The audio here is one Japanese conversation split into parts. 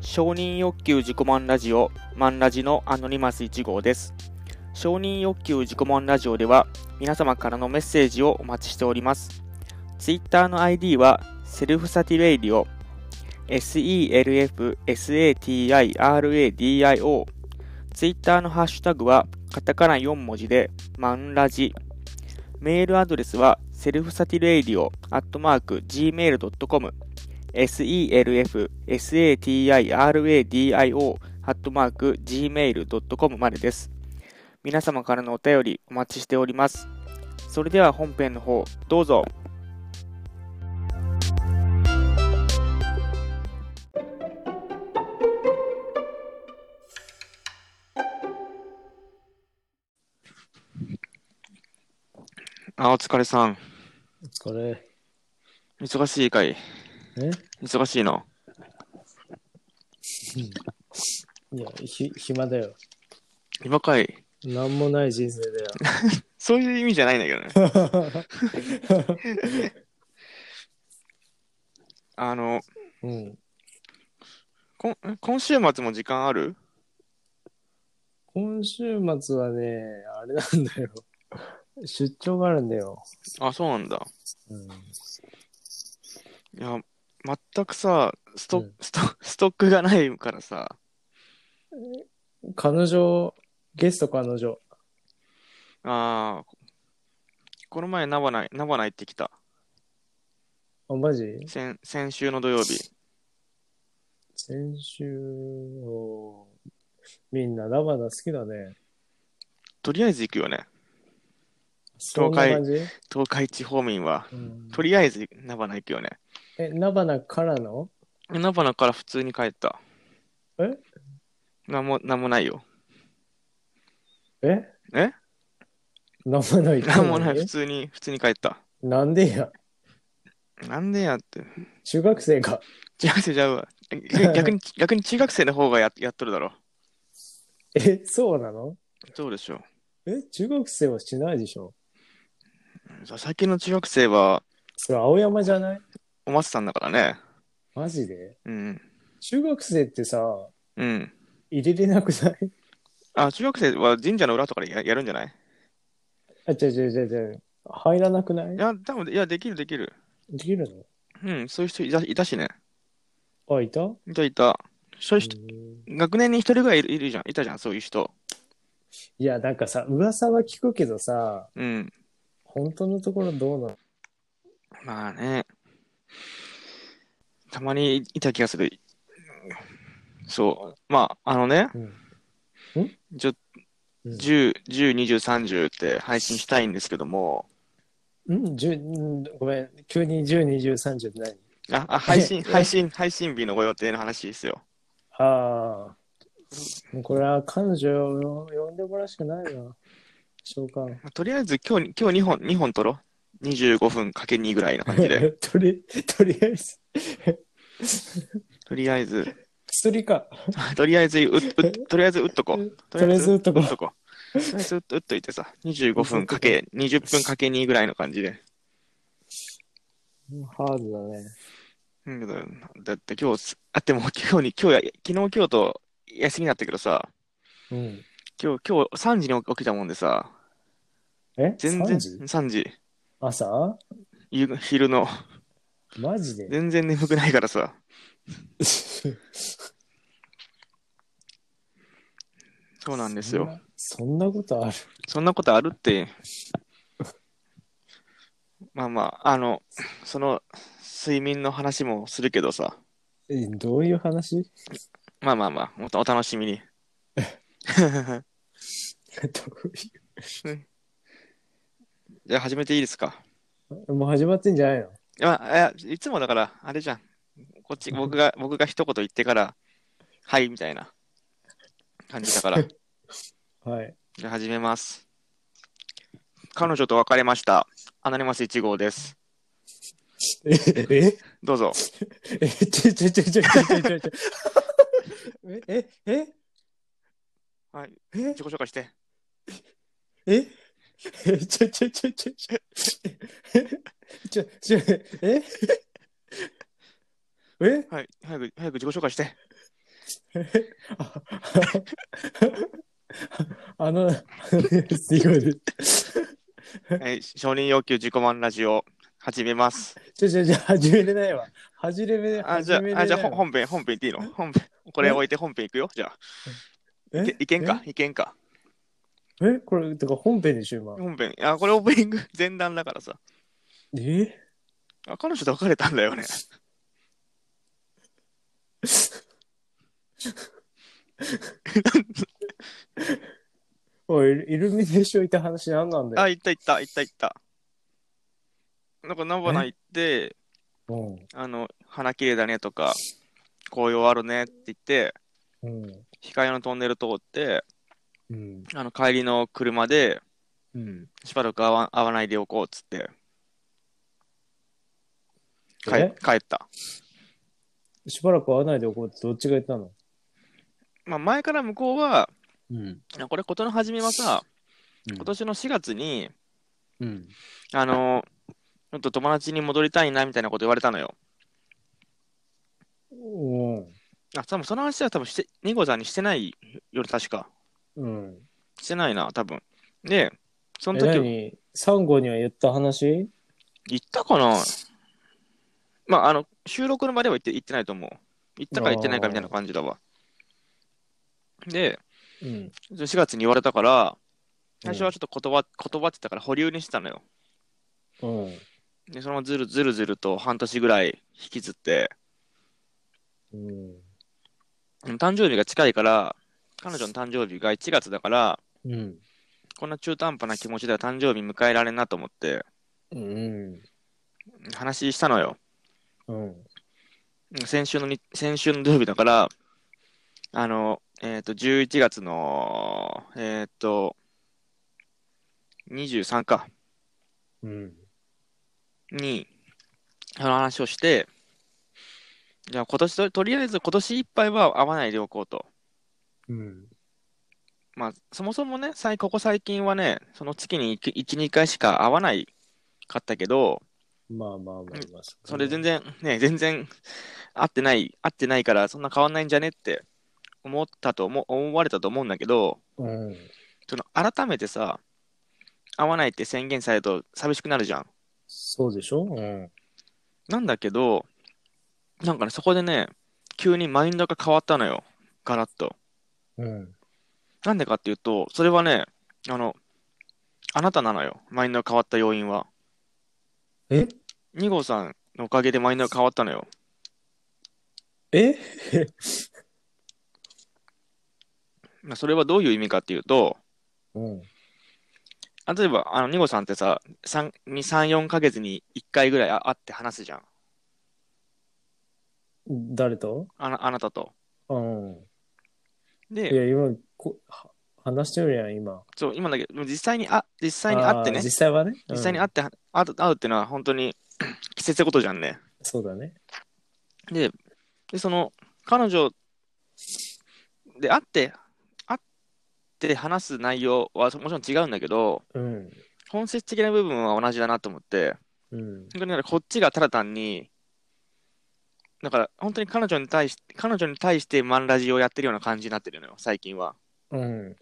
承認欲求自己満ラジオ、マンラジのアノニマス1号です。承認欲求自己満ラジオでは、皆様からのメッセージをお待ちしております。Twitter の ID は、セルフサティレイディオ、selfsatiradio。Twitter のハッシュタグは、カタカナ4文字で、マンラジ。メールアドレスは、セルフサティレイディオ、アットマーク、gmail.com。selfsatiradio アットマーク gmail.com までです。皆様からのお便りお待ちしております。それでは本編の方、どうぞ。あ、お疲れさん。お疲れ。忙しいかいえ忙しいのいや、ひ、暇だよ。今かいなんもない人生だよ。そういう意味じゃないんだけどね。 あの、うん。こん今週末も時間ある今週末はね、あれなんだよ。出張があるんだよ。あ、そうなんだ。うん。いや、全くさ、スト,、うんスト ストックがないからさ、彼女、ゲスト彼女。あーこの前、ナバナイ、ナバナ行ってきた。あ、マジ先、先週の土曜日。先週を、みんなラバナ好きだね。とりあえず行くよね。そんな感じ、東海地方民は。うん、とりあえず、ナバナ行くよね。え、ラバナからのナバナから普通に帰った。えなんも、なんもないよ。ええなんもないってなんもない。普通に、普通に帰った。なんでや。なんでやって。中学生か。中学生ちゃうわ。え逆 に、逆に中学生の方がや、やっとるだろ。え、そうなのそうでしょえ、中学生はしないでしょう。最近の中学生は、それ青山じゃないお松さんだからね。マジでうん。中学生ってさ、うん。入れれなくない あ、中学生は神社の裏とかでややるんじゃないあ、違う違う違う違う。入らなくないいや、多分いや、できる、できる。できるうん、そういう人いたいたしね。のあ、いたういた、いた。そういう人、ん学年に一人ぐらいいるいるじゃん。いたじゃん、そういう人。いや、なんかさ、噂は聞くけどさ、うん。本当のところどうなのまあね。たまにいいた気がする。そう。まあ、あのね、うん。ちょうん10、10、20、30って配信したいんですけども、うん、十うんごめん、急に10、20、30って何あ、あ配信、配信、配信日のご予定の話ですよ。ああ、これは彼女を呼んでもらうしかないな。召喚。とりあえず今日、今日2本、2本撮ろう。25分かけ2ぐらいの感じで。 とり、とりあえず、とりあえず、 薬か。とりあえずう、うとりあえず打っとこう。とりあえず打っとこう打っとこう。とりあえず打っ打っといてさ、25分かけ、20分かけ2ぐらいの感じで。ハードだね。うんだだって今日す、あ、でも今日に、今日や、昨日今日と休みだったけどさ、うん。今日、今日3時に起きたもんでさ、え全3然、時3時、朝夕昼の、マジで全然眠くないからさ、そうなんですよ。そんな。そんなことある。そんなことあるって。まあまあ、あの、その、睡眠の話もするけどさ。え、どういう話 まあまあまあ、おお楽しみに。どう じゃあ始めていいですか。いうもう始まってんじゃないのまあ、いやいつもだから、あれじゃん。こっち、僕が、僕が一言言ってから、はい、みたいな感じだ から。じはい。ゃあ始めます。彼女と別れました。アナニマス1号です。え、え、どうぞ。え、ちょちょちょちょちょちょちょ。 え、え、え、はい、え自己紹介して。ええ、ちょちょちょちょちょ。ちょ、ちょ、ええ はい、早く、早く自己紹介して。ああの、 すごいです。えー承認要求自己満ラジオ始め ます。ちょちょちょ、始めれないわ。始めれあ、じゃ始めあ、れないわあじゃあほ本編、本編行っていいの本編。これ置いて本編行くよ。じゃあ、えいけいけんかいけんかええこれ、てか本編でしょ、今。本編。あ、これオープニング前段だからさ。えあ、彼女と別れたんだよね。おい、イルミネーションいた話何なんだよ。あ、行った行った行った行った。なんか、ナバナ行って、うん。あの、花綺麗だねとか、紅葉あるねって言って、うん。光のトンネル通って、うん。あの、帰りの車で、うん。しばらく会わ会わないでおこうっつって、帰え帰った。しばらく会わないでおこうってどっちが言ったのまあ、前から向こうは、うん。あこれ、ことの初めはさ、今今年の4月に、うん。あの、ちょっと友達に戻りたいなみたいなこと言われたのよ。うん。あ、多分その話は多分して、ニコさんにしてないより確か。うん。してないな、多分。で、そのえ、時、何サンゴには言った話行ったかなまあ、あの、収録の場では行って行ってないと思う。行ったか行ってないかみたいな感じだわ。で、うん。 4月に言われたから、最初はちょっと断断ってたから保留にしてたのよ。うん。で、そのままずるずるずると半年ぐらい引きずって、うん。でも誕生日が近いから、彼女の誕生日が1月だから、うん。こんな中途半端な気持ちでは誕生日迎えられんなと思って、うん。話したのよ。うん。先週のに、先週の土曜日だから、あの、えっ、と、11月の、えっ、と、23か、うん。に、その話をして、じゃあ今年と、とりあえず今年いっぱいは会わないでおこうと。うん。まあ、そもそもね、最ここ最近はね、その月に1、2回しか会わないかったけど、まあまあまあまあ。それ全然。然、ね、全然合ってない、合ってないから、そんな変わんないんじゃねって思ったと思、思われたと思うんだけど、うん。その改めてさ、会わないって宣言されると寂しくなるじゃん。そうでしょうん。なんだけど、なんかね、そこでね、急にマインドが変わったのよ。ガラッと。うん。なんでかっていうと、それはね、あの、あなたなのよ。マインドが変わった要因は。え2号さんのおかげでマインドが変わったのよ。えまあそれはどういう意味かっていうと、うん。あ例えば、あの、ニゴさんってさ、3、2、3、4ヶ月に1回ぐらいあ会って話すじゃん。誰とあな、あなたと。うん。いで、や、今、こは話してるやん、今。そう、今だけど、実際に、あ、実際に会ってねあー、実際はね。実際に会っって、は会う会うってのは本当に 季節ごとじゃんね。そうだね。で、で、その、彼女で会って、会って話す内容はもちろん違うんだけど、うん。本質的な部分は同じだなと思って、うん。本当にだからこっちがただ単に、だから本当に彼女に対して、彼女に対してマンラジをやってるような感じになってるのよ、最近は。うん。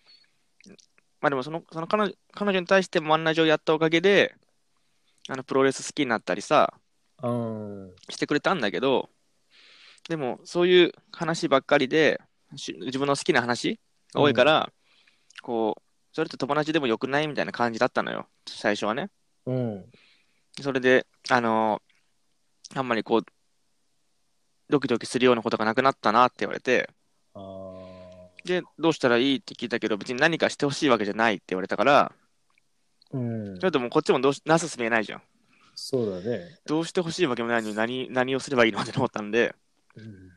まあでもその、その彼女彼女に対してマンラジをやったおかげで、あのプロレス好きになったりさ、うん。してくれたんだけど、でもそういう話ばっかりで、し自分の好きな話が多いから、こう、それって友達でもよくないみたいな感じだったのよ、最初はね。うん。それで、あのーあんまりこう、ドキドキするようなことがなくなったなって言われて、あで、どうしたらいいって聞いたけど、別に何かしてほしいわけじゃないって言われたから、ーうんちょ。っともうこっちもどうしなすすめないじゃん。そうだね。どうしてほしいわけもないのに何、何をすればいいのって思ったんで、うん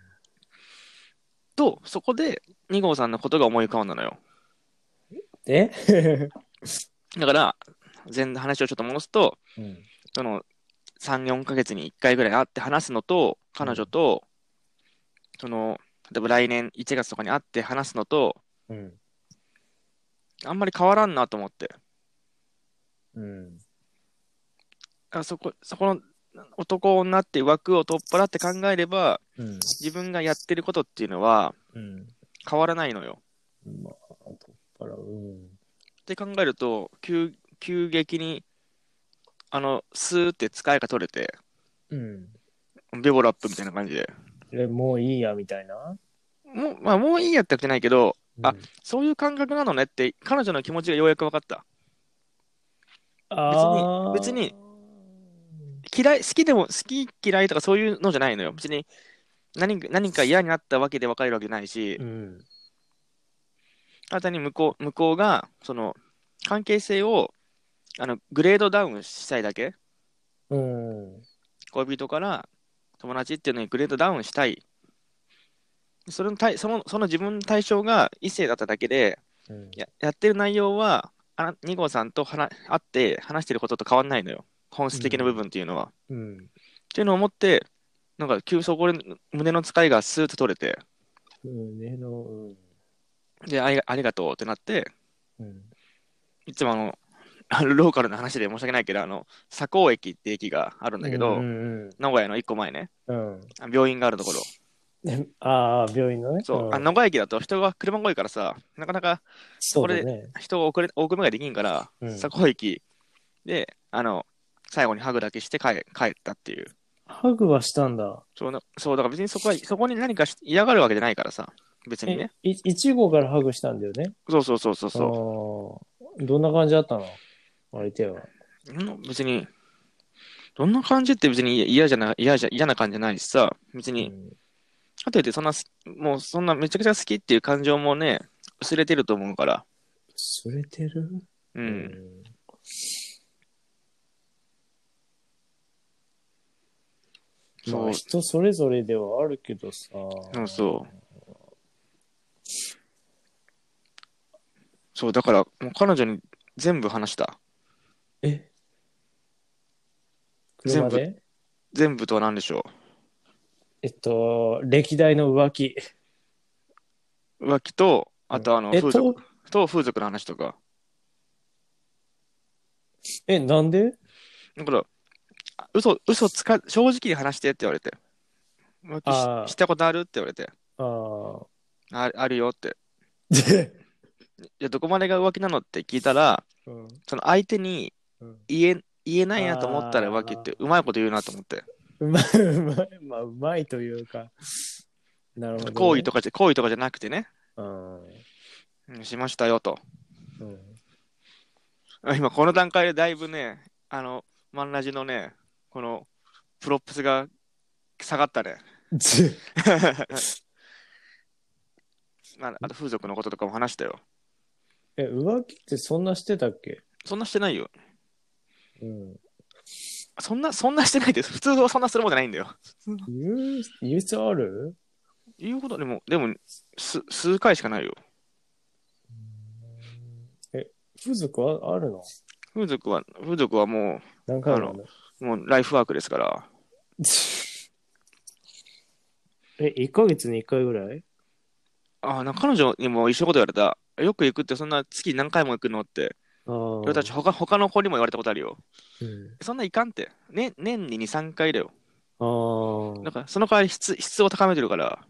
と、そこで、二号さんのことが思い浮かんだのよ。えだから、前話をちょっと戻すと、うん。その、3、4ヶ月に1回ぐらい会って話すのと、彼女と、その、例えば来年1月とかに会って話すのと、うん。あんまり変わらんなと思って。うん。あそこ、そこの男女っていう枠を取っ払って考えれば、うん。自分がやってることっていうのは、うん。変わらないのよ。まあ、あとっぱら、うん。って考えると、急急激に、あの、スーって使いが取れて、うん。ビボラップみたいな感じで。でもういいや、みたいな。もう、まあ、もういいやってわけじゃないけど、あうんそういう感覚なのねって、彼女の気持ちがようやく分かった。あー別に、嫌い、好きでも、好き嫌いとかそういうのじゃないのよ。別に何、何か嫌になったわけで分かるわけないしう、ん。新たに向こう、向こうが、その、関係性を、あの、グレードダウンしたいだけ。うん。恋人から友達っていうのにグレードダウンしたい。それの対そのその自分の対象が異性だっただけで、うんややってる内容は、あら二号さんと話会って話してることと変わんないのよ。本質的な部分っていうのは。っうん。ていうのを思って、なんか急そこで胸の使いがスーッと取れて、胸の、うん。で、ありがありがとうってなって、うん。いつもあの、あの ローカルな話で申し訳ないけど、あの、佐向駅って駅があるんだけど、うん。名古屋の一個前ね、うん。あ病院があるところ。うん、ああ、病院のね。そう、んあの名古屋駅だと人が車が多いからさ、なかなかそうだね。人を送れ送るのができんから、うん佐古駅で、あの、最後にハグだけして帰帰ったっていう。ハグはしたんだ。そうな、そうだから別にそこは、そこに何かし嫌がるわけじゃないからさ、別にね。えい1号からハグしたんだよね。そうそうそうそうそあーどんな感じだったの相手は。う。うん別に、どんな感じって別に嫌じゃな、嫌じゃ、嫌な感じじゃないしさ、別うに、んかといってそんなす、もうそんなめちゃくちゃ好きっていう感情もね、薄れてると思うから、それてるう。うんまそあう、人それぞれではあるけどさ。そうそう。そう、だから、もう彼女に全部話した。え車で全部とは何でしょえっと、歴代の浮気。う。浮気と、あとあの、えっ風俗とと、風俗の話とか。え、なんでだから、あ嘘、嘘つか、正直に話してって言われて。浮あ気ーししたことあるって言われて。 ああ。ああるよって。で、いや、どこまでが浮気なのって聞いたら、うんその相手にうん言え、言えないなと思ったら浮気って、うまいこと言うなと思って。うまい、うまい、まあ、うまいというか。なるほど、行為とか。かじゃ、行為とかじゃなくてね、うん。うんしましたよと。 うんあ今この段階でだいぶね、あの、マンラジのね、このプロップスが下がったね。 ずまあ、あと風俗のこととかも話したよ。え、浮気ってそんなしてたっけそんなしてないよ。うん。そんな、そんなしてないです。普通はそんなするもんじゃないんだよ。言う、言う必要あるいうことでも、でも、す数回しかないよ。え、風俗はあるの風俗は、風俗はも何回もあるのう、もうライフワークですから。 え、1ヶ月に1回ぐらいああ、なんか彼女にも一緒のこと言われた。よく行くってそんな月何回も行くのって。ああ。俺たち他、他の子にも言われたことあるよ。うんそんな行かんって。ね、年に2、3回だよ。あーだから、その代わり質、質を高めてる から。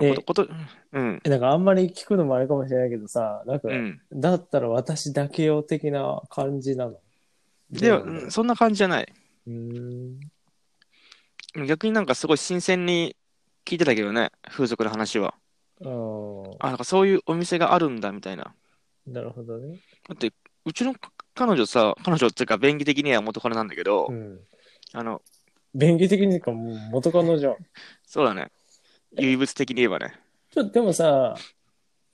えこと、こと、うん、えなんかあんまり聞くのもあれかもしれないけどさ、なんか、うん。だったら私だけよ的な感じなの。では、どうなんだうんそんな感じじゃない。うーん。逆になんかすごい新鮮に聞いてたけどね、風俗の話は。あーあ、なんかそういうお店があるんだみたいな。なるほどね。だって、うちの彼女さ、彼女っていうか、便宜的には元彼なんだけど、うん。あの、便宜的にかもう元カノじゃん。そうだね。唯物的に言えばね。ちょっとでもさ、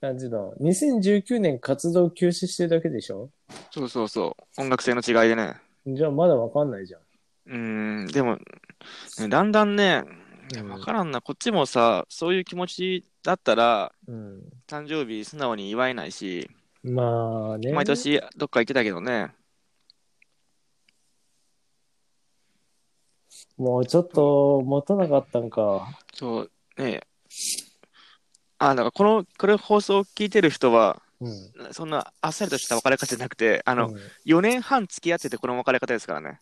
なんていうの、2019年活動休止してるだけでしょそうそうそう。音楽性の違いでね。じゃあまだわかんないじゃん。うーん、でも、ねだんだんね、うん分からんな、こっちもさ、そういう気持ちだったら、うん。誕生日素直に祝えないし、まあね。毎。年どっか行ってたけどね、もうちょっと持たなかったんか。そう、ねあ、だからこの、これ放送を聞いてる人は、うん。そんなあっさりとした別れ方じゃなくて、ああの、4年半付き合って てこの別れ方ですからね。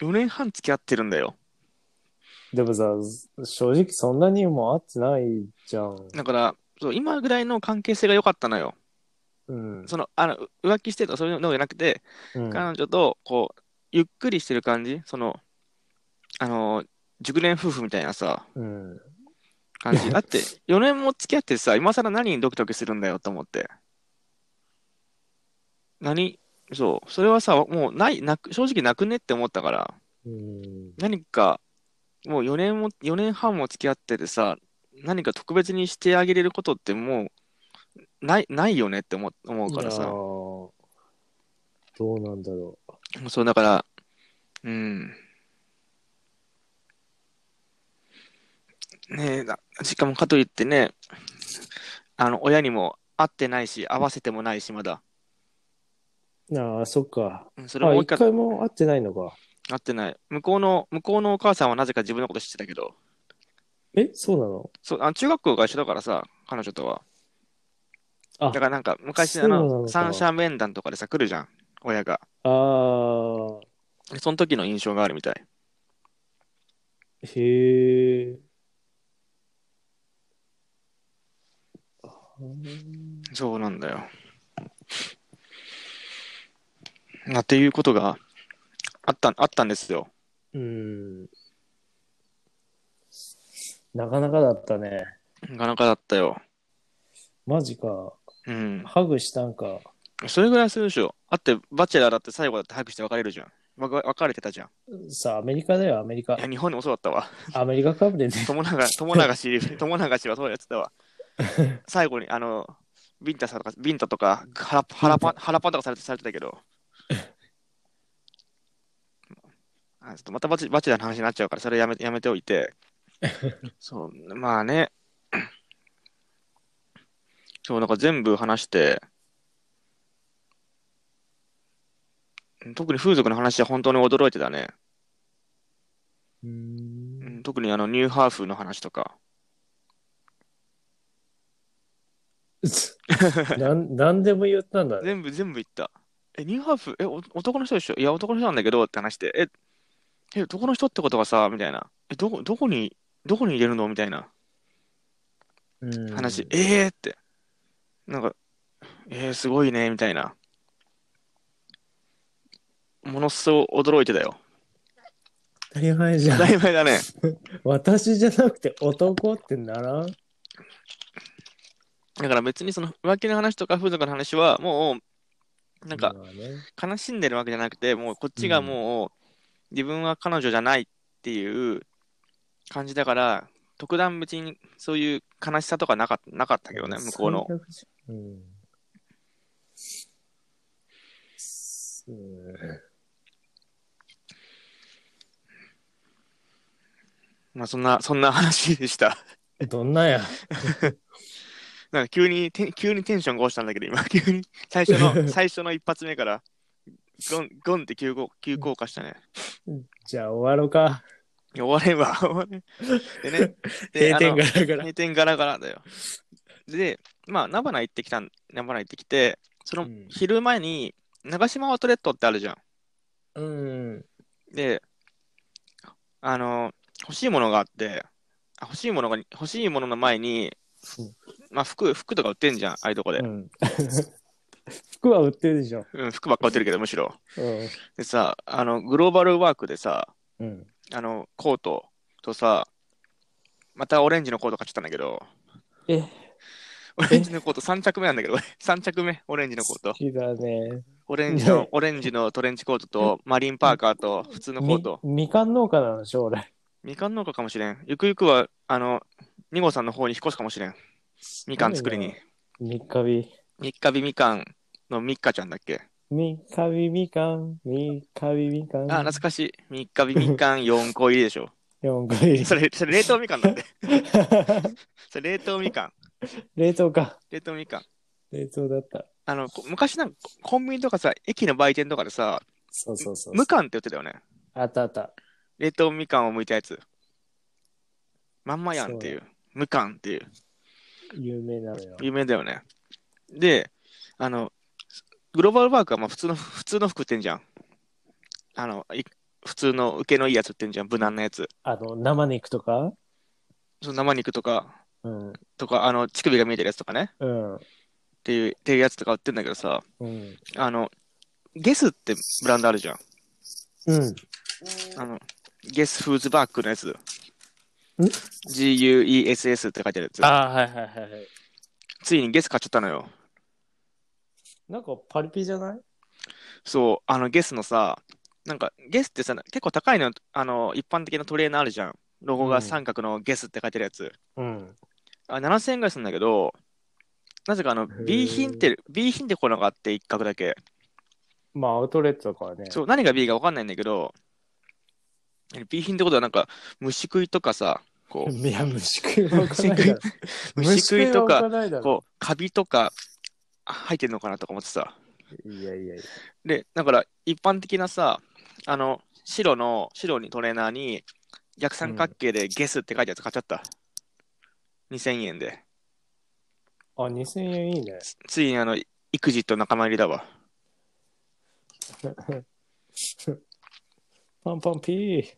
4年半付き合ってるんだよ。でもさ、正直そんなにも会ってないじゃん。だから、そう今ぐらいの関係性が良かったのよ。うん。そのあのう浮気してとかそういうのじゃなくて、うん彼女とこうゆっくりしてる感じ、その、あのー熟年夫婦みたいなさ、うん。感じ。だって、4年も付き合ってさ、今更何にドキドキするんだよと思って。何そう、それはさ、もうない、なく正直なくねって思ったから、うん。何か、もう4年も、4年半も付き合っててさ、何か特別にしてあげれることってもう、ない、ないよねって思思うからいやーさ。どうなんだろう。そう、だから、うん。ねえ、だしかもかといってね、あの、親にも会ってないし、会わせてもないし、まだ。ああ、そっか。うんそれあ、も一一回回も会ってないのか。会ってない。向こうの、向こうのお母さんはなぜか自分のこと知ってたけど、え、そうなのそう、あの中学校が一緒だからさ、彼女とは。あだからなんか、昔、そうあなのの、か三者面談とかでさ、来るじゃん、親が。ああ、その時の印象があるみたい。へえ。あそうなんだよ。なっていうことがあった、あったんですよ。ーうん。なかなかだったね。なかなかだったよ。マジか。うん。ハグしたんか。それぐらいするでしょ。あって、バチェラーだって最後だって早くして別れるじゃん。わ別れてたじゃん。さあ、アメリカだよ、アメリカいや、。日本にもそうだったわ。アメリカか ぶれね。友永、友永氏、 友永氏はそうやってたわ。最後に、あの、ビンタさんとか、ビンタとか、腹腹パン、腹パンとかされてされてたけど。あちょっとまたバチバチェラーの話になっちゃうから、それやめやめておいて。そう、まあね。そう、なんか全部話して、特に風俗の話は本当に驚いてたね。うー。うんん特にあの、ニューハーフの話とか。なん、なんでも言ったんだね。全部全部言った。え、ニューハーフ、え、お男の人でしょいや、男の人なんだけどって話して、え、え、男の人ってことがさ、みたいな。え、どこ、どこに、どこに入れるのみたいなうん話。えーって。なんか、えー、すごいね、みたいな。ものすごい驚いてた よ。当たり前じゃ当たん。り前だね。私じゃなくて男ってならんだから別にその浮気の話とか風俗の話は、もう、なんか、まあね悲しんでるわけじゃなくてもうこっちがもう、自分は彼女じゃないっていう感じだから特段別にそういう悲しさとかなかなかったけどね向こうの最悪じゃんうんすまあそんなそんな話でした どんなやなんか急にて急にテンションが落ちたんだけど今 急に最初 の最初の一発目からゴンゴンって急降急降下したねじゃあ終わろうかいや終われんわ終われんでねで閉あの店ガラガラ閉店ガラガラだよ。で、まあ、菜花行ってきたん、菜花行ってきて、そのうん昼前に、長島アウトレットってあるじゃん。うんで、あの、欲しいものがあって、あ欲しいものが、欲しいものの前に、まあ、服、服とか売ってんじゃん、ああいうとこでう。ん服は売ってるでしょうん、服ばっか売ってるけど、むしろ。うんでさ、あの、グローバルワークでさ、うんあの、コートとさ、またオレンジのコート買っちゃったんだけど、えオレンジのコート3着目なんだけど、3着目、オレンジのコート好。きだねオレンジのね、オレンジのトレンチコートと、マリンパーカーと、普通のコーみト。みかん農家なんでしょ俺みかん農家かもしれん。ゆくゆくは、あの、二号さんの方に引っ越すかもしれん。みかん作りに。三日日三日日みかんのみっかちゃんだっけ、三日日みかん三日日みかんあ、懐かしい。三日日み かん4個入りでしょ。四回それ、それ冷凍みかんだって。それ冷凍みかん。 冷凍か冷凍みかん。冷凍だったあの、こ昔なんか、コンビニとかさ、駅の売店とかでさ、そうそうそうみかんって売ってたよね。あったあった冷凍みかんを剥いたやつ。まんまやんっていう。むかんっていう。有名なのよ有名だよね。で、あ の、グローバルワークはまあ普通の、普通の服売ってんじゃん。あの、い普通の受けのいいやつ売ってんじゃん、無難なやつ。あの、生肉とかその生肉とか、うん。とか、あの、乳首が見えてるやつとかね、うん。っていう、っていうやつとか売ってんだけどさ、うん。あの、ゲスってブランドあるじゃん。うん。あの、ゲスフーズバッグのやつ。ん ?GUESS って書いてあるやああ、はいはいはいはい。つ。ついにゲス買っちゃったのよ。なんかパリピじゃないそう、あの、ゲスのさ、なんか、ゲスってさ、結構高いの、あの、一般的なトレーナーあるじゃん。ロゴうがん三角のゲスって書いてるやつ。うん。あ7000円ぐらいするんだけど、なぜかあのー B 品って、B 品ってこなのがあって、一角だけ。まあ、アウトレットだからね。そう、何が B か分かんないんだけど、B 品ってことはなんか、虫食いとかさ、こいや、虫食いは置かないだろ。う、虫食いと 虫かは置、ないだろ。こう、カビとか入ってんのかなとか思ってさ。いやいやいや。で、だから一般的なさ、あの、白の、白にトレーナーに逆三角形でゲスって書いたやつ買っちゃった。2000円で。あ、2000円いいね。 つついにあの、育児と仲間入りだわ。パンパンピー。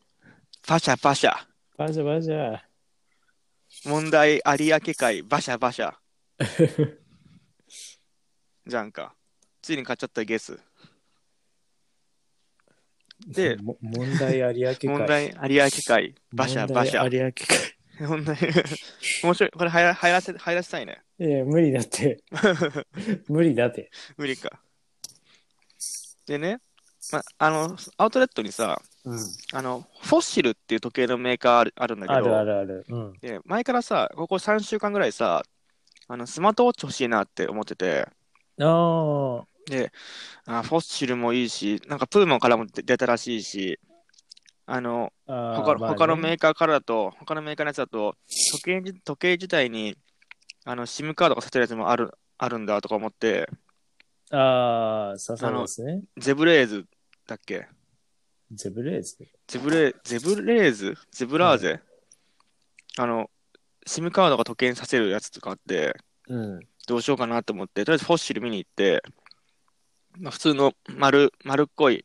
パシャパシャ。バジャバジャ。問題有明海バシャバシ ャじゃんかついに買っちゃったゲスでも問題有明海。問題有明海バシャバシ問ャ題有明海。 問題 面白いこれはや入らせ入らせたいねいや、無理 だって。無理だって。無理かでね、ま、あのアウトレットにさうん。あのフォッシルっていう時計のメーカーあるあるんだけどあるあるある。うん。で前からさここ3週間ぐらいさあのスマートウォッチ欲しいなって思っててああ。で、あフォッシルもいいし、なんかプーモンからも出出たらしいし、あの、あ他の他のメーーカーからだと、他のメーカーのやつだと、時計じ時計自体に、あの、SIM カードがさせてるやつもある、あるんだとか思って、カー。ああ、ささですね。ゼブレーズだっけゼブレーズ。ゼブレ、ゼブレーズゼブラーゼ、あの、SIM カードが時計にさせるやつとかあって、うん。どうしようかなと思って、とりあえずフォッシル見に行って、まあ、普通の丸、丸っこい、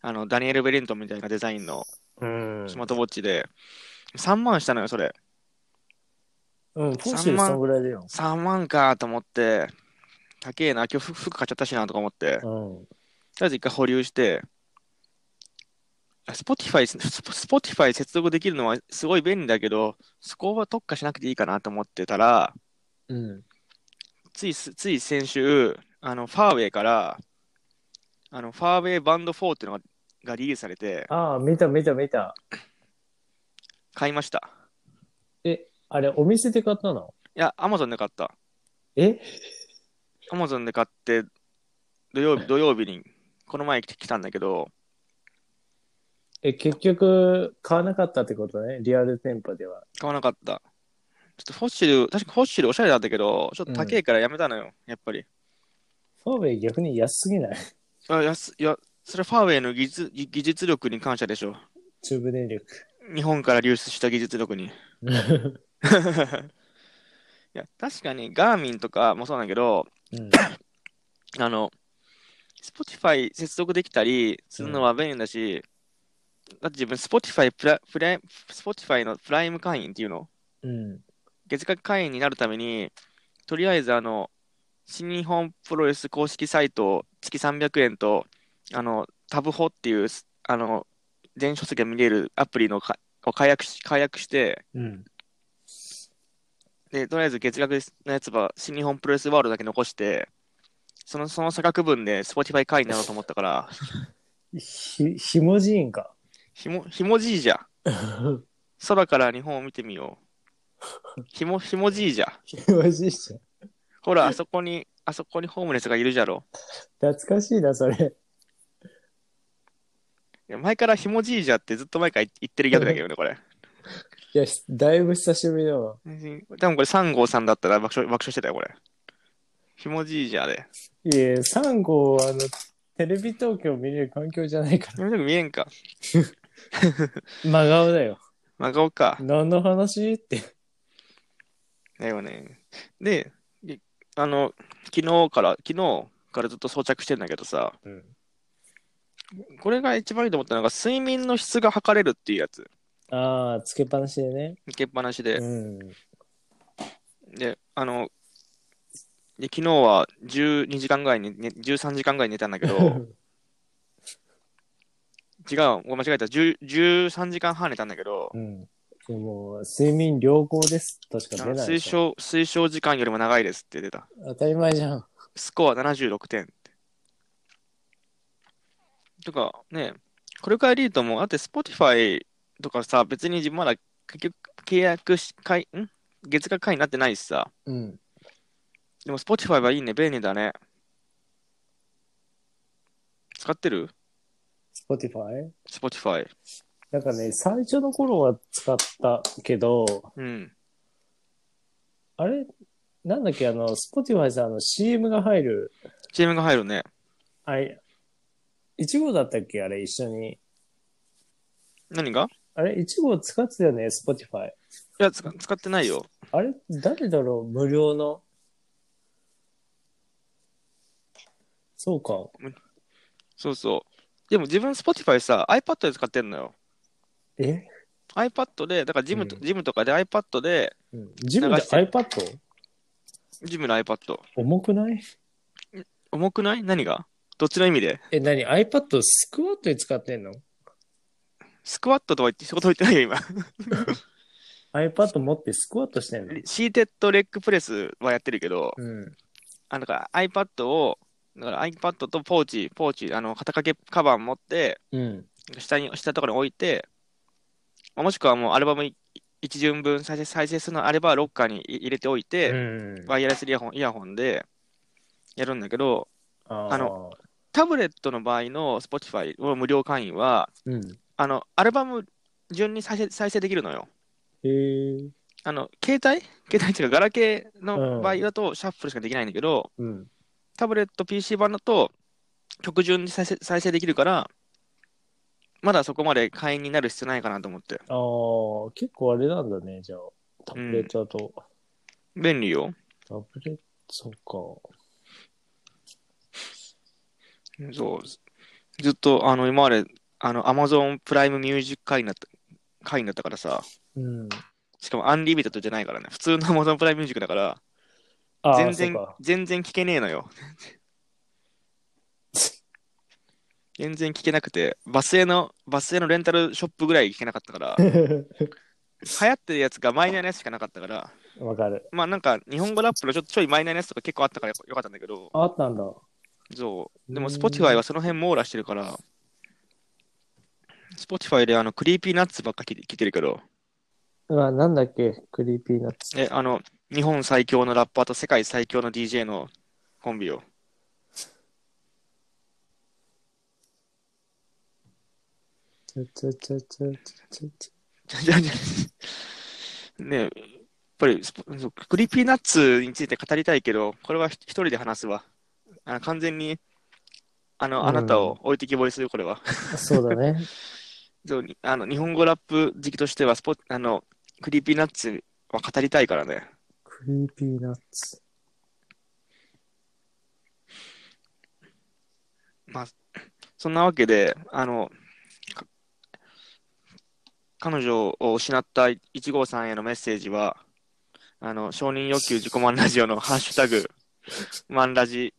あの、ダニエル・ベリントンみたいなデザインのうん。スマートウォッチで、3万したのよ、それ。うん、フォッシルそのぐらいだよ。 3万かと思って、高えな、今日服服買っちゃったしなとか思って、とりうん。あえず一回保留して、Spotify、スポ Spotify 接続できるのはすごい便利だけど、そこは特化しなくていいかなと思ってたら、うん。ついす、つい先週、あの、ファーウェイから、あの、ファーウェイバンド4っていうのががリリースされて、ああ、見た見た見た。買いました。え、あれ、お店で買ったのいや、Amazon で買った。え Amazon で買って、土曜日、土曜日に、この前来て来たんだけど、え、結局、買わなかったってことね。リアル店舗では。買わなかった。ちょっとフォッシル、確かフォッシルおしゃれだったけど、ちょっと高えからやめたのよ、やっぱり。ファーウェイ逆に安すぎない。あやすいや、それファーウェイの技術技術力に感謝でしょ。チューブ電力。日本から流出した技術力に。い や、確かにガーミンとかもそうなんだけど、うん。あの、Spotify 接続できたりするのは便利だし、だって自分 Spotify プラ、プラ、Spotify のプライム会員っていうのうん。月額会員になるために、とりあえずあの、新日本プロレス公式サイト、月300円と、あの、タブホっていう、あの、電子書籍が見れるアプリのかを解約し、解約して、うん。で、とりあえず月額のやつは新日本プロレスワールドだけ残して、その、その差額分で Spotify 会員になろうと思ったから、ひ、ひもじいん か。ひも、ひもじいじゃ。ひ空から日本を見てみよう。ひも、ひもじいじゃ。もじいじゃん。ほら、あそこに、あそこにホームレスがいるじゃろ。懐かしいな、それ。いや前からひもじいじゃってずっと前から言ってるギャグだけどね、これ。いや、ひだいぶ久しぶりだわ。多分これ3号さんだったら爆笑爆笑してたよ、これ。ひもじいじゃで。いえ、サンゴは、あの、テレビ東京見れる環境じゃないかでも見えんか。ら。真顔だよ。真顔か。何の話って。だよね。で、いあの、昨日から、昨日からずっと装着してんだけどさ、うん。これが一番いいと思ったのが、睡眠の質が測れるっていうやつ。ああ、つけっぱなしでね。抜けっぱなしで。うん。で、あの、で昨日は12時間ぐらいに、ね、13時間ぐらい寝たんだけど、違う、 ごめん間違えた、10 13時間半寝たんだけど、うん。でも、睡眠良好ですとしかあ出のない。推。奨推奨時間よりも長いですって出た。当たり前じゃん。スコア76点って。とかね、これからリートも、だって Spotify とかさ、別にまだ結局契約し、会ん月額会員になってないしさ。うん。でも Spotify はいいね、便利だね。使ってる Spotify? ?Spotify。なんかね、最初の頃は使ったけど、うん。あれなんだっけあの、Spotify さんの CM が入る。 CM が入るね。あれ、いちごだったっけあれ、一緒に。何があれ、いちご使ってたよね、Spotify。いや使、使ってないよ。あれ、誰だろう無料の。そうか。そうそう。でも自分 Spotify さ、iPad で使ってんのよ。え iPad で、だからジムと、うジムとかで iPad で、うんジムで流して iPad? ジムの iPad。重くない重くない何がどっちの意味でえ、何 ?iPad スクワットに使ってんのスクワットとは言って、仕事言ってないよ、今。 ?iPad 持ってスクワットしてんの シーテッドレッグプレスはやってるけど、うん。あだから iPad を、だから iPad とポーチ、ポーチ、あの、肩掛けカバン持って、うん。下に、下のところに置いて、もしくはもうアルバムい一巡分再生、再生するのあれば、ロッカーに入れておいて、うん。ワイヤレスイヤホン、イヤホンでやるんだけど、ああの、タブレットの場合の Spotify を無料会員は、うん。あの、アルバム順に再生再生できるのよ。へえ。あの、携帯携帯っていうか、ガラケーうのん場合だとシャッフルしかできないんだけど、うん。タブレット PC 版だと曲順に再生再生できるから、まだそこまで会員になる必要ないかなと思って。ああ、結構あれなんだね、じゃあ。タブレットだと。便利よ。タブレット、そっか。そう。ずっと、あの、今まで、あの、Amazon プライムミュージック会員だった、会員だったからさ、うん。しかもアンリミテッドじゃないからね。普通の Amazon プライムミュージックだから、ああ、全そう然か。、全然聞けねえのよ。 全然聞けなくて、バスへの、バスへのレンタルショップぐらい聞けなかった から、流行ってるやつがマイナーなやつしかなかったから、わか る。まあなんか日本語ラップのちょちょいマイナーなやつとか結構あったからよかったんだけど、あったんだ。そう。でもうん Spotify はその辺網羅してるから、Spotify であの、クリーピーナッツばっか聞いて聞いてるけど、うわ、なんだっけクリーピーナッツ。え、あの、日本最強のラッパーと世界最強の DJ のコンビを。ちょちょちょちょちょちょじゃあじゃあ ねえ、やっぱりスポそうクリーピーナッツについて語りたいけど、これはひ一人で話すわ。あの完全にあうのんあなたを置いてきぼりする、これは。 そうだね。そうにあの日本語ラップ好きとしてはスポあの、クリーピーナッツは語りたいからね。クリーピーナッツ。そんなわけで、あのか彼女を失った1号さんへのメッセージは、あの承認欲求自己満ラジオのハッシュタグ、満ラジ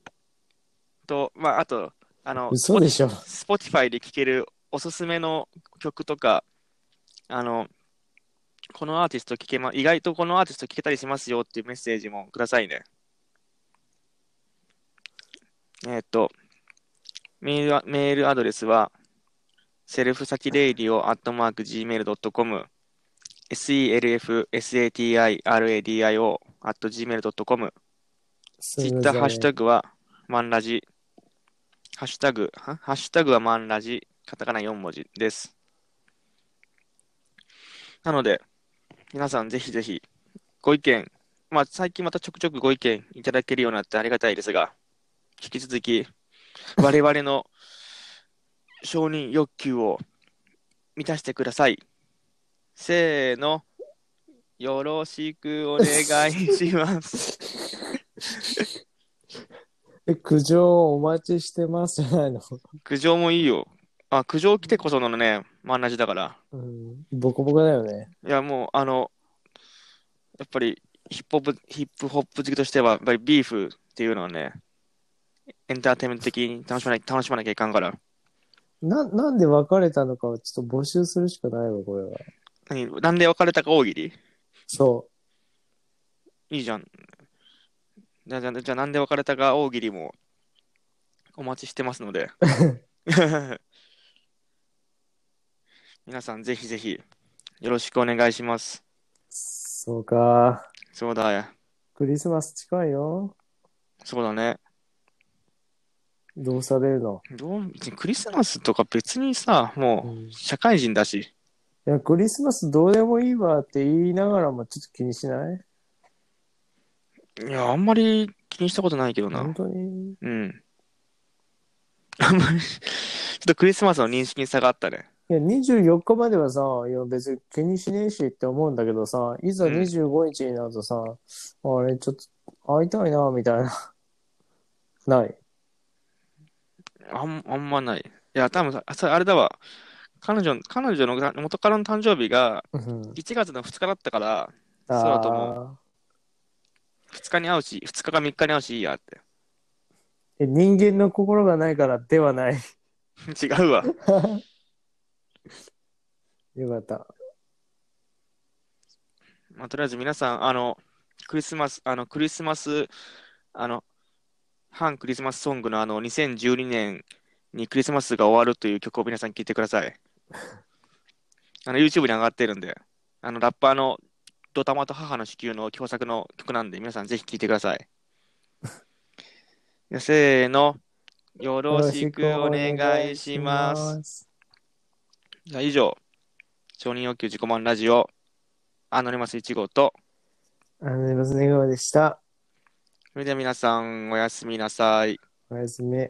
と、まあ、あと、あの、嘘でしょ。スポティファイで聴けるおすすめの曲とか、あの、このアーティスト聴けま、意外とこのアーティスト聴けたりしますよっていうメッセージもくださいね。えーっと、メールは、メールアドレスは、セルフサティレイディオアットマーク Gmail.com、selfsatiradio アット Gmail.com、ツツイッター、ハッシュタグは、マンラジ。ハッシュタグ、はハッシュタグはマンラジ。カタカナ4文字です。なので、皆さんぜひぜひ、ご意見、まあ、最近またちょくちょくご意見いただけるようになってありがたいですが、引き続き、我々の承認欲求を満たしてください。せーの、よろしくお願いします。え、苦情お待ちしてますじゃないの。苦情もいいよ。あ、苦情来てこそのね、マンラジだから。うん、ボコボコだよね。いや、もう、あの、やっぱりヒップホップ、ヒップホップ好きとしては、やっぱりビーフっていうのはね、エンターテインメント的に楽しまな楽しまなきゃいかんから。な、なんで別れたのかをちょっと募集するしかないわ、これは。何なんで別れたか大喜利そいいじゃん。じゃあ、じゃあじゃあなんで別れたか大喜利もお待ちしてますので。皆さん、ぜひぜひ、よろしくお願いします。う。そうか。そうだよ。クリスマス近いよ。そうだね。どうされるの、どう別にクリスマスとか別にさ、うも、んいう社会人だし。や、クリスマスどうでもいいわって言いながらもちょっと気にしないいや、あんまり気にしたことないけど本な。当にうん。あんまり、ちょ っとクリスマスの認識に差があったね。いや、24日まではさ、いや別に気にしねえしって思うんだけどさ、いざうん25日になるとさ、あれ、ちょっと会いたいな、みたいな。 ない。あんあんまない。いや、多分さ、それあれだわ。彼女の、彼女の元からの誕生日がうん1月の2日だったから、あーそうだと思2日に会うし、2日か3日に会うしいいやって。 え人間の心がないからではない。 違うわ。よかった。まあ、とりあえず皆さん、あの、クリスマス、あの、クリスマス、あの、反クリスマスソングのあの、2012年にクリスマスが終わるという曲を皆さん聴いてください。 あの、YouTube に上がってるんで、あの、ラッパーのドタマと母の子宮の共作の曲なんで、皆さんぜひ聴いてください。 いやせーの、よろしくお願いします。す。じゃあ以上、承認欲求自己満ラジオ、アノニマス1号と、あの、バスネガワでした。それでは皆さんおやすみなさい。おやすみ。